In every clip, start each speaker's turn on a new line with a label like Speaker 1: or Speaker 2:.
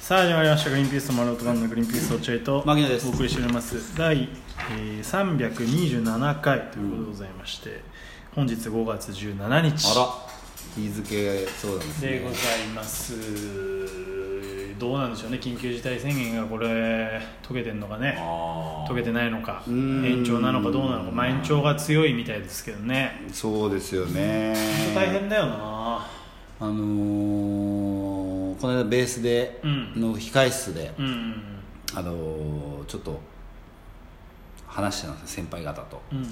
Speaker 1: さあ始まりました「グリーンピースと丸男のグリーンピース落合」と
Speaker 2: 牧野です
Speaker 1: お送りしております第、えー、327回ということでございまして、本日5月17日
Speaker 2: あら日付そうなんですね
Speaker 1: でございますどうなんでしょうね緊急事態宣言がこれ解けてんのかね
Speaker 2: あ
Speaker 1: 解けてないのか
Speaker 2: うーん
Speaker 1: 延長なのかどうなのか、まあ、延長が強いみたいですけどね
Speaker 2: ーそうですよね
Speaker 1: 大変だよな
Speaker 2: あのー、この間ベースで
Speaker 1: うん
Speaker 2: の控え室で、
Speaker 1: うん
Speaker 2: あのー、ちょっと話してたんですよ先輩方と
Speaker 1: うんうんうん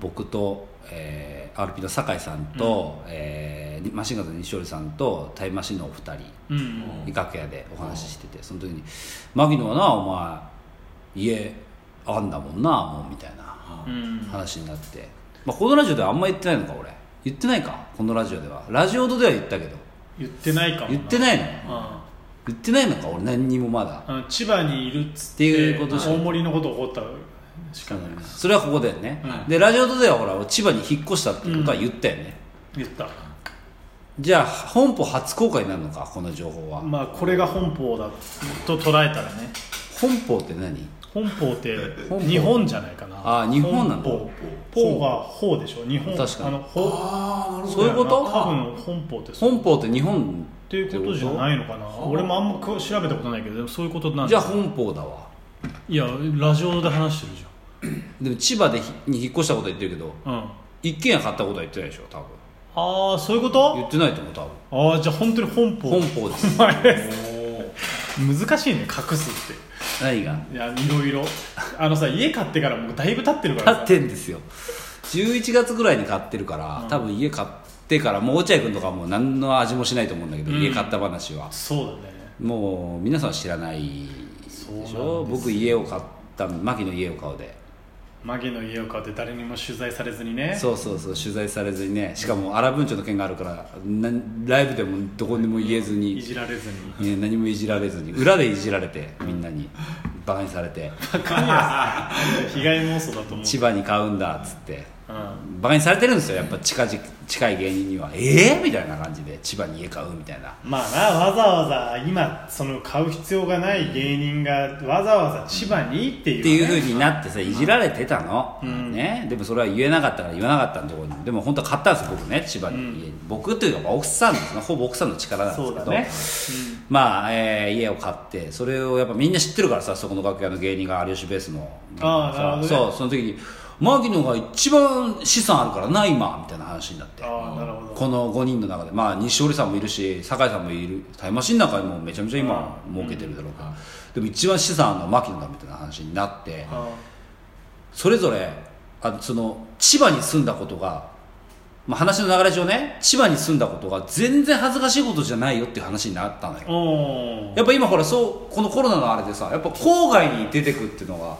Speaker 2: 僕と、えー、RP の酒井さんと、えーマシンガンズの西織さんとタイムマシンのお二人
Speaker 1: うんうんうんうん
Speaker 2: 楽屋でお話ししててその時に「牧野はなお前家あんだもんなもう」みたいな
Speaker 1: うん
Speaker 2: 話になって、まあ、このラジオではあんま言ってないのか俺言ってないかこのラジオではラジオでは言ったけど
Speaker 1: 言ってないかも
Speaker 2: 言って
Speaker 1: い
Speaker 2: ないの
Speaker 1: あ
Speaker 2: 言ってないのか俺何にもまだ
Speaker 1: あ千葉にいるっつっ
Speaker 2: って
Speaker 1: て
Speaker 2: いうことしか
Speaker 1: 大森のこと起こったしかない
Speaker 2: それはここだよね、
Speaker 1: うん
Speaker 2: でラジオではほら俺千葉に引っ越したってことは言ったよね、
Speaker 1: 言った
Speaker 2: じゃあ本邦初公開になるのかこの情報は
Speaker 1: まあこれが本邦だと捉えたらね
Speaker 2: 本邦って何
Speaker 1: 本邦って
Speaker 2: 本邦
Speaker 1: 日本じゃないかな
Speaker 2: あー日本なんだ
Speaker 1: 本邦邦が邦でしょ日本
Speaker 2: 確かに
Speaker 1: あの邦
Speaker 2: そういうこと
Speaker 1: 多分本邦ってそう
Speaker 2: 本邦って日本
Speaker 1: っていうことじゃないのかな俺もあんま詳調べたことないけどでもそういうことなん
Speaker 2: じ
Speaker 1: だ
Speaker 2: ゃあ本邦だわ
Speaker 1: いやラジオで話してるじ
Speaker 2: でも千葉でひに引っ越したことは言ってるけど
Speaker 1: ゃんうん
Speaker 2: 一軒家買ったことは言ってないでしょ多分
Speaker 1: ああそういうこと
Speaker 2: 言ってないと思う多
Speaker 1: ああじゃあ本当に本邦
Speaker 2: 分本邦です
Speaker 1: お前 難しいね隠すって
Speaker 2: 何が
Speaker 1: いやいろいろあのさ家買ってからもうだいぶ経ってるから
Speaker 2: 買
Speaker 1: さ
Speaker 2: ってんですよ11月ぐらいに買ってるから、多分家買ってからもう落合君とかもう何の味もしないと思うんだけど、
Speaker 1: うん
Speaker 2: 家買った話は
Speaker 1: そうだね
Speaker 2: もう皆さんは知らないで
Speaker 1: そうなんで
Speaker 2: し
Speaker 1: す
Speaker 2: ょ僕家を買った牧の家を買うで
Speaker 1: マギの家を買って誰にも取材されずにね
Speaker 2: そうそうそう取材されずにねしかも荒文鳥の件があるからなんライブでもどこにも言えず
Speaker 1: い
Speaker 2: に、
Speaker 1: じられずに
Speaker 2: ね、何もいじられずに裏でいじられてみんなにバカにされて
Speaker 1: 被害妄想だと思う
Speaker 2: 千葉に買うんだっつって
Speaker 1: うん
Speaker 2: バカにされてるんですよやっぱ近々近い芸人にはええみたいな感じで千葉に家買うみたいな
Speaker 1: まあなわざわざ今その買う必要がない芸人がわざわざ千葉にっていう、ね、
Speaker 2: っていう風になってさいじられてたの、
Speaker 1: うん
Speaker 2: ね、でもそれは言えなかったから言わなかったんところにでも本当は買ったんです僕ね千葉の家に、僕というかまあ奥さんですねほぼ奥さんの力なんですけど
Speaker 1: そうだね、
Speaker 2: まあ、えー家を買ってそれをやっぱみんな知ってるからさそこの楽屋の芸人が有吉ベースの
Speaker 1: ああなるほどね
Speaker 2: そうその時に牧野が一番資産あるからな今みたいな話になって
Speaker 1: ああなるほど
Speaker 2: この5人の中でまあ西織さんもいるし酒井さんもいるタイムマシンなんかもめちゃめちゃ今儲けてるだろうから、でも一番資産あるのは牧野だみたいな話になって
Speaker 1: う
Speaker 2: それぞれあその千葉に住んだことが、まあ、話の流れ上ね千葉に住んだことが全然恥ずかしいことじゃないよっていう話になったのよ
Speaker 1: んおー
Speaker 2: やっぱ今ほらそうこのコロナのあれでさやっぱ郊外に出てくっていうのが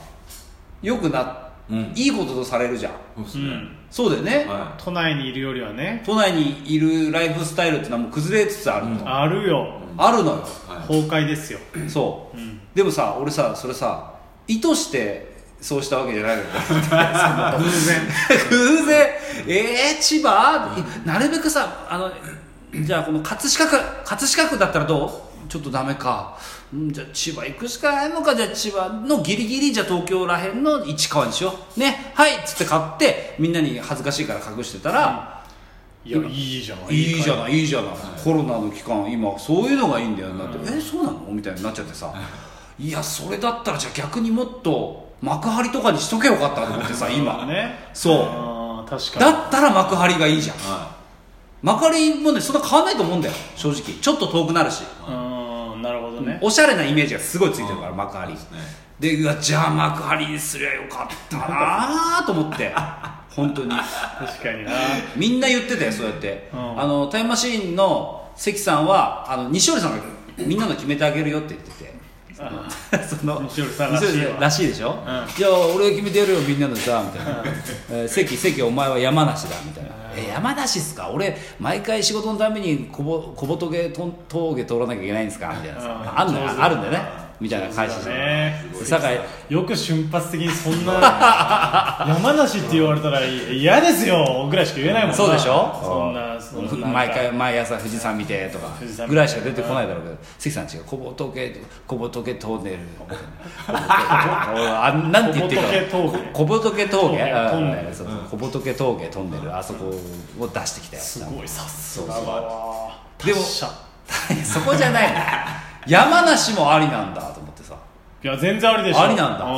Speaker 2: よくな、
Speaker 3: うん
Speaker 2: いいこととされるじゃん
Speaker 3: そうです
Speaker 1: う
Speaker 3: ね、
Speaker 1: ん
Speaker 2: そうだよね、
Speaker 3: は
Speaker 1: 都内にいるよりはね
Speaker 2: 都内にいるライフスタイルっていうのはもう崩れつつあるの、
Speaker 1: あるよ
Speaker 2: あるのよ、
Speaker 3: い、はい、
Speaker 1: 崩壊ですよ
Speaker 2: そう、
Speaker 1: うん
Speaker 2: でもさ俺さそれさ意図してそうしたわけじゃないのよ
Speaker 1: 偶然
Speaker 2: 偶然えー、千葉なるべくさあのじゃあこの葛飾区葛飾区だったらどうちょっとダメか、うん、じゃあ千葉行くしかないのかじゃあ千葉のギリギリじゃあ東京らへんの市川にしようねはいっつって買ってみんなに恥ずかしいから隠してたら、
Speaker 1: いやいいじゃない
Speaker 2: いいじゃないいいじゃない、コロナの期間今そういうのがいいんだよなって、えそうなのみたいになっちゃってさいやそれだったらじゃあ逆にもっと幕張とかにしとけよかったと思ってさ今
Speaker 1: ね
Speaker 2: そう
Speaker 1: あー確かに
Speaker 2: だったら幕張がいいじゃん
Speaker 3: は
Speaker 2: 幕張もねそんな変わんないと思うんだよ正直ちょっと遠くなるし、
Speaker 1: うーんなるほどね
Speaker 2: おしゃれなイメージがすごいついてるから幕張
Speaker 3: いね
Speaker 2: でうわじゃあ幕張にすりゃよかったなーと思って本当に
Speaker 1: 確かにな
Speaker 2: みんな言ってたよそうやって、
Speaker 1: うん
Speaker 2: あのタイムマシーンの関さんはあの西織さんがみんなの決めてあげるよって言ってて
Speaker 1: あ
Speaker 2: その
Speaker 1: 西織さんらしいわ
Speaker 2: 西織さんらしいでしょ、
Speaker 1: ん
Speaker 2: いや俺が決めてやるよみんなのさみたいな、えー関関お前は山梨だみたいな、えー山梨っすか俺毎回仕事のために小ぼ小仏峠峠通らなきゃいけないんですかみたいなさ
Speaker 1: あ
Speaker 2: あ
Speaker 1: ー
Speaker 2: るんだ
Speaker 1: そうそう
Speaker 2: よあるんだよねみたいな返しです
Speaker 1: そうだね
Speaker 2: 酒井
Speaker 1: よく瞬発的にそんな山梨って言われたら嫌ですよぐらいしか言えないもんな
Speaker 2: そうでしょ
Speaker 1: そんなそんななんか
Speaker 2: 毎回毎朝富士山見てとか
Speaker 1: 富士山見て
Speaker 2: ぐらいしか出てこないだろうけど関さん違う「小仏小仏トンネル」あなんて言っていいか
Speaker 1: 小仏峠
Speaker 2: 小仏峠
Speaker 1: 峠トンネル
Speaker 2: うんそうそう小仏峠トンネルあそこを出してきたよ
Speaker 1: すごいさすが
Speaker 2: そうそう
Speaker 1: は
Speaker 2: でも そこじゃないの山梨もありなんだと思ってさ
Speaker 1: いや全然ありでしょ
Speaker 2: ありなんだ
Speaker 1: う
Speaker 2: へ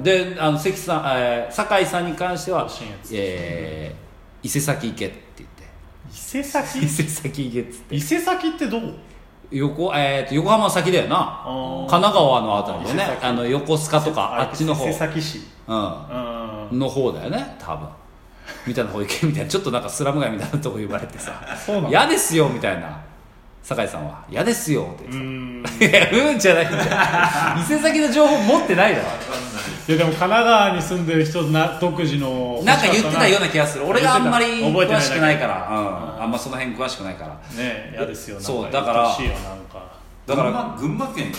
Speaker 2: ーであの関さん、えー酒井さんに関しては
Speaker 1: 信越、
Speaker 2: えー伊勢崎行けって言って
Speaker 1: ん伊勢崎
Speaker 2: 伊勢崎行けっつって
Speaker 1: 伊勢崎ってどこ
Speaker 2: 横,、えー、と横浜先だよな
Speaker 1: ー
Speaker 2: 神奈川のあたりのね
Speaker 1: 伊勢崎
Speaker 2: あの横須賀とかあっちの方、
Speaker 1: 伊勢崎市う
Speaker 2: う
Speaker 1: ん
Speaker 2: ん、の方だよね多分みたいな方行けみたいなちょっとなんかスラム街みたいなとこ呼ばれてさ
Speaker 1: そうなの
Speaker 2: 嫌ですよみたいな酒井さんは嫌ですよって言
Speaker 1: う
Speaker 2: って
Speaker 1: ん
Speaker 2: さいやうんじゃない んだよ伊勢崎の情報持ってないだろ
Speaker 1: いやでも神奈川に住んでる人な独自の
Speaker 2: なんか言ってたような気がする俺があんまり
Speaker 1: 言ってた
Speaker 2: 詳しくないからうん、あんまその辺詳しくないから
Speaker 1: ね嫌ですよなん
Speaker 2: そうだから
Speaker 1: 愛しいよなんか
Speaker 2: だから
Speaker 3: 群馬群馬県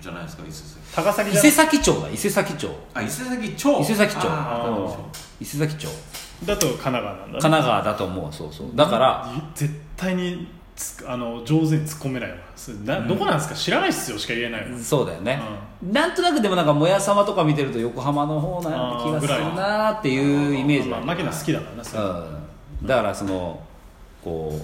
Speaker 3: じゃないですか伊勢崎
Speaker 1: 高崎
Speaker 2: 伊
Speaker 1: じゃ
Speaker 2: 勢崎町だ伊勢崎町
Speaker 3: あ伊勢崎町
Speaker 2: 伊勢崎町
Speaker 3: あー
Speaker 2: うん伊勢崎町
Speaker 1: だと神奈川なんだね
Speaker 2: 神奈川だと思うそうそうだから
Speaker 1: 絶対につあの上手に突っ込めないわそれな、どこなんですか知らないっすよしか言えないわ
Speaker 2: そうだよね、なんとなくでもなんかもやさまとか見てると横浜の方な気がするなーっていうイメージ
Speaker 1: ま
Speaker 2: だ
Speaker 1: あ、
Speaker 2: よ
Speaker 1: マキナ好きだからなそれ
Speaker 2: うん、だからそのこう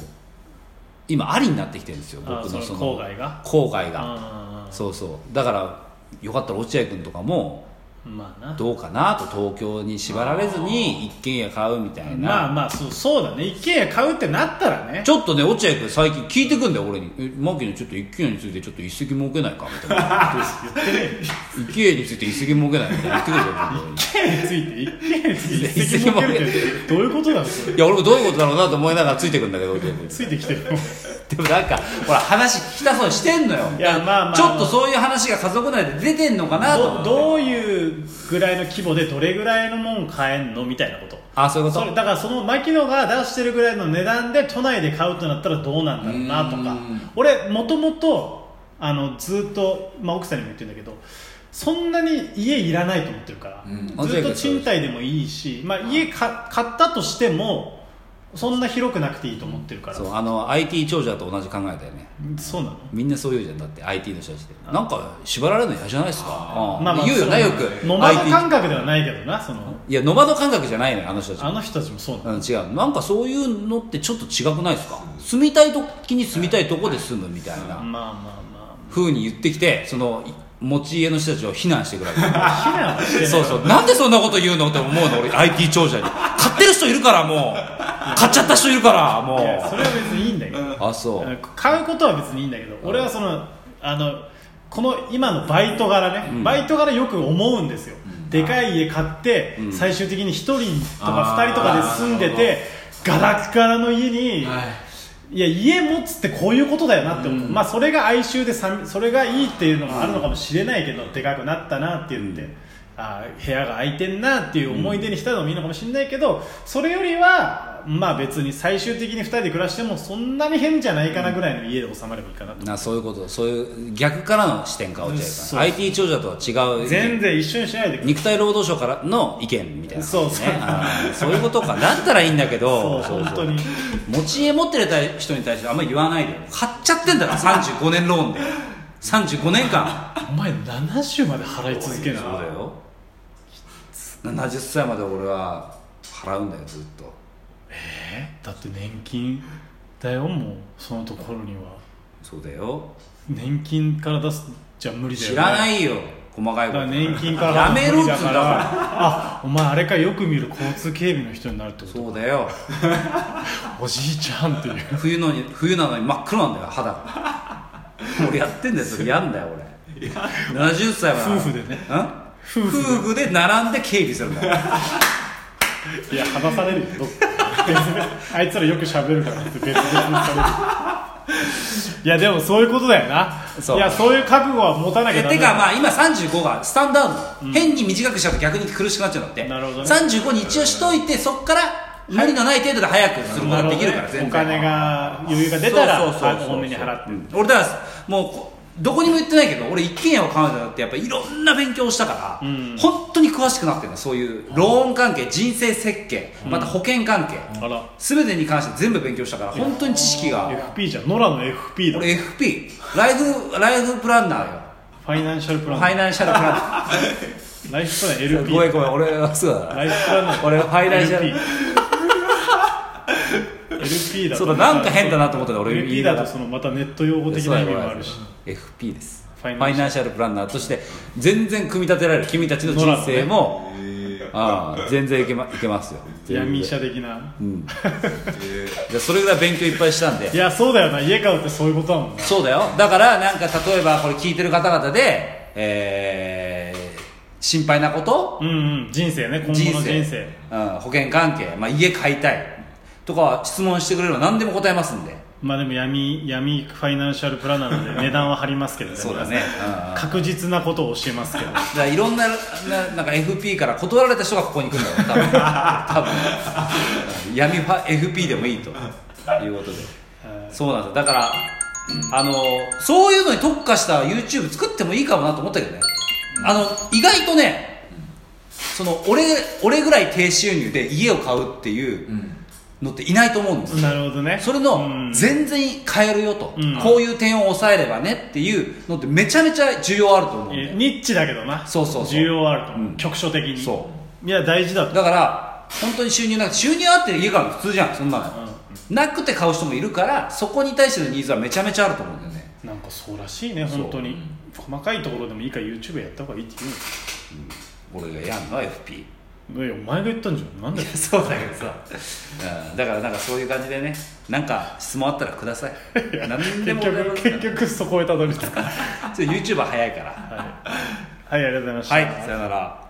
Speaker 2: 今ありになってきてるんですよ僕
Speaker 1: あー
Speaker 2: の
Speaker 1: そ
Speaker 2: そ
Speaker 1: の
Speaker 2: の
Speaker 1: 郊外が
Speaker 2: 郊外が
Speaker 1: あ
Speaker 2: そうそうだからよかったら落合君とかも
Speaker 1: ーまあな
Speaker 2: どうかなと東京に縛られずに一軒家買うみたいな、
Speaker 1: まあまあそうそうだね一軒家買うってなったらね
Speaker 2: ちょっとね落合君最近聞いてくんだよ俺に「えマキのちょっと一軒家についてちょっと一石儲けないか」みたいな
Speaker 1: 言ってね
Speaker 2: 「一軒家について一石儲けない」みたいな言ってくるじゃん僕に
Speaker 1: 一軒家について一軒家について
Speaker 2: 一
Speaker 1: 一
Speaker 2: 石
Speaker 1: 石
Speaker 2: も
Speaker 1: も
Speaker 2: 受
Speaker 1: 受
Speaker 2: け
Speaker 1: け
Speaker 2: る
Speaker 1: るってどういうことなんですか
Speaker 2: いや俺もどういうことだろうなと思いながらついてくんだけ どでも
Speaker 1: ついてきてる
Speaker 2: なんかほら話聞きたそうにしてんのよ
Speaker 1: いやまあまあ
Speaker 2: ちょっとそういう話が家族内で出てんのかなと思
Speaker 1: ど
Speaker 2: って
Speaker 1: どういうぐらいの規模でどれぐらいのもん買えんのみたいなこと
Speaker 2: あそういうこ
Speaker 1: そ
Speaker 2: と
Speaker 1: れだからその牧野が出してるぐらいの値段で都内で買うとなったらどうなんだろうなと
Speaker 2: う
Speaker 1: か
Speaker 2: ん
Speaker 1: 俺もともとあのずっと、まあ、奥さんにも言ってるんだけどそんなに家いらないと思ってるから、
Speaker 2: うん
Speaker 1: ずっと賃貸でもいいし、まあ、家か買ったとしてもそんな広くなくていいと思ってるから
Speaker 2: そうあの IT 長者と同じ考えだよね
Speaker 1: そうなの
Speaker 2: みんなそう言うじゃんだって IT の人たちってなんか縛られるの嫌じゃないですかうん言う
Speaker 1: そ
Speaker 2: よな
Speaker 1: の
Speaker 2: よく
Speaker 1: ノマド感覚ではないけどなその
Speaker 2: いやノマド感覚じゃないのよあの人たち
Speaker 1: あの人たちもそうなの
Speaker 2: うん、違うなんかそういうのってちょっと違くないですか住みたい時に住みたいとこで住むみたい
Speaker 1: まあ
Speaker 2: な
Speaker 1: まあま
Speaker 2: 風に言ってきてその持ち家の人たちを非難してくれる
Speaker 1: あまあ避難は してない
Speaker 2: そうそう なんでそんなこと言うのって思うの俺 IT 長者に買ってる人いるからもう買っちゃった人いるからも
Speaker 1: いや それ
Speaker 2: う
Speaker 1: は別にいいんだけど
Speaker 2: あそう
Speaker 1: あの買うことは別にいいんだけど俺はそのあのこの今のバイト柄ね、バイト柄よく思うんですよ、でかい家買って、最終的に1人とか2人とかで住んでてガラッガラの家に、い、や家持つってこういうことだよなって思う、まあ、それが哀愁でさみそれがいいっていうのがあるのかもしれないけど、でかくなったなって言って。あー部屋が空いてんなっていう思い出にしたのもいいのかもしれないけど、それよりはまあ別に最終的に2人で暮らしてもそんなに変じゃないかなぐらいの家で収まればいいかなと、
Speaker 2: なそういうことそういう逆からの視点か落合
Speaker 1: そう
Speaker 2: さ
Speaker 1: そ
Speaker 2: ん
Speaker 1: う
Speaker 2: IT 長者とは違う
Speaker 1: 全然一緒にしないでくれ
Speaker 2: 肉体労働省からの意見みたいな、ね、
Speaker 1: そうそう
Speaker 2: あーそういうことかだったらいいんだけ
Speaker 1: そ
Speaker 2: ど
Speaker 1: う
Speaker 2: そう
Speaker 1: 本
Speaker 2: そう
Speaker 1: 当に
Speaker 2: 持ち家持ってる人に対してあんまり言わないでよ買っちゃってん だから35年ローンで35年間
Speaker 1: お前70まで払い続ける
Speaker 2: そう
Speaker 1: の
Speaker 2: だよ70歳まで俺は払うんだよずっと
Speaker 1: えだって年金だよもうそのところには
Speaker 2: そうだよ
Speaker 1: 年金から出すじゃ無理だよ、
Speaker 2: 知
Speaker 1: ね、
Speaker 2: らないいよ細かい
Speaker 1: だ
Speaker 2: こ
Speaker 1: から
Speaker 2: と
Speaker 1: 年金から
Speaker 2: や
Speaker 1: 出
Speaker 2: め
Speaker 1: す
Speaker 2: ろっ
Speaker 1: 無
Speaker 2: つう
Speaker 1: 理
Speaker 2: んだ
Speaker 1: だから
Speaker 2: か
Speaker 1: らあお前あれかよく見る交通警備の人になるってこと
Speaker 2: そうだよ
Speaker 1: おじいちゃんっていう
Speaker 2: 冬のに冬なのに真っ黒なんだよ肌 が俺やってんだよそれやんだよ俺70歳は
Speaker 1: 夫婦でね
Speaker 2: ん夫婦で並んで警備するんだよ
Speaker 1: いや話されるよどっかあいつらよく喋るからって別々にされるいやでもそういうことだよな
Speaker 2: そう
Speaker 1: やそういう覚悟は持たなき
Speaker 2: え
Speaker 1: ゃダメ
Speaker 2: て
Speaker 1: だ
Speaker 2: かまあ今35がスタンダード、変に短くしちゃうと逆に苦しくなっちゃうんだって
Speaker 1: なるほどね
Speaker 2: 35に一応しといてそっから無理のない程度で早くすることができるから
Speaker 1: な
Speaker 2: 全然
Speaker 1: ほどねお金が余裕が出たら
Speaker 2: そうそうそうそう
Speaker 1: あ多めに払って
Speaker 2: うん俺だからもうこどこにも言ってないけど俺一軒家を買うんだってやっぱいろんな勉強をしたから、
Speaker 1: うん
Speaker 2: 本当に詳しくなってるのそういうローン関係人生設計また保険関係、
Speaker 1: あら
Speaker 2: 全てに関して全部勉強したから本当に知識が
Speaker 1: FP じゃんノラの FP だフ
Speaker 2: 俺 FP ライフライフプランナーよ
Speaker 1: ァイナンシャルプ
Speaker 2: フ
Speaker 1: ランナ
Speaker 2: ァイ
Speaker 1: ー
Speaker 2: ナンシャルプランナ
Speaker 1: ライフプラン
Speaker 2: ーごめん
Speaker 1: LP
Speaker 2: ごめん俺はそうだ
Speaker 1: ライフプランナー
Speaker 2: 俺ファイナンシャル
Speaker 1: LP LP だと
Speaker 2: そうだなんか変だなと思ったね俺
Speaker 1: LP だとそのまたネット用語的な意味もあるし
Speaker 2: FP です
Speaker 1: フ
Speaker 2: フ
Speaker 1: ァイ
Speaker 2: ァ
Speaker 1: ナンシャル
Speaker 2: イナンシャルプランナーとして全然組み立てられる君たちの人生も、ああ全然いけ,、ま、いけますよ
Speaker 1: 闇医
Speaker 2: じ
Speaker 1: 者的な
Speaker 2: ゃそれぐらい勉強いっぱいしたんで
Speaker 1: いやそうだよな家買うってそういうことだもんな
Speaker 2: そうだよだからなんか例えばこれ聞いてる方々で、えー心配なこと
Speaker 1: うんうん人生ね今後の
Speaker 2: 人
Speaker 1: 人
Speaker 2: 生
Speaker 1: 生
Speaker 2: うん、保険関係、まあ、家買いたいとか質問してくれれば何でも答えますんで
Speaker 1: まあでも闇闇ファイナンシャルプランナー なので値段は張りますけどね
Speaker 2: そうだねうん
Speaker 1: 確実なことを教えますけど
Speaker 2: だからいろんなななんか FP から断られた人がここに来るんだろう 多分多分闇ファ FP でもいいということでそうなんですよだからあのそういうのに特化した YouTube 作ってもいいかもなと思ったけどねあの意外とねその俺俺ぐらい低収入で家を買うっていうのってい ないと思うんですよ
Speaker 1: なるほどね
Speaker 2: それ
Speaker 1: うん
Speaker 2: の全然変えるよと、
Speaker 1: うん
Speaker 2: こういう点を抑えればねっていうのってめちゃめちゃ需要あると思うん
Speaker 1: え
Speaker 2: で
Speaker 1: ニッチだけどな
Speaker 2: そうそうそう
Speaker 1: 需要はあると思う、
Speaker 2: うん
Speaker 1: 局所的に
Speaker 2: そう
Speaker 1: いや大事だと
Speaker 2: だから本当に収入なくて収入あって家買うの普通じゃんそんなの、なくて買う人もいるからそこに対してのニーズはめちゃめちゃあると思うんだよね
Speaker 1: なんかそうらしいね本当に細かいところでもいいから YouTube やった方がいいって
Speaker 2: 俺がやんのは FP
Speaker 1: 言うのいやお前が言ったんじゃんなんだよ
Speaker 2: そうだけどさうんだからなんかそういう感じでねなんか質問あったらくだ さい何
Speaker 1: 結
Speaker 2: でも
Speaker 1: 局結局 そこへたどり着くはい
Speaker 2: 局 YouTuber 早いから
Speaker 1: はいありがとうございました、
Speaker 2: はいさよなら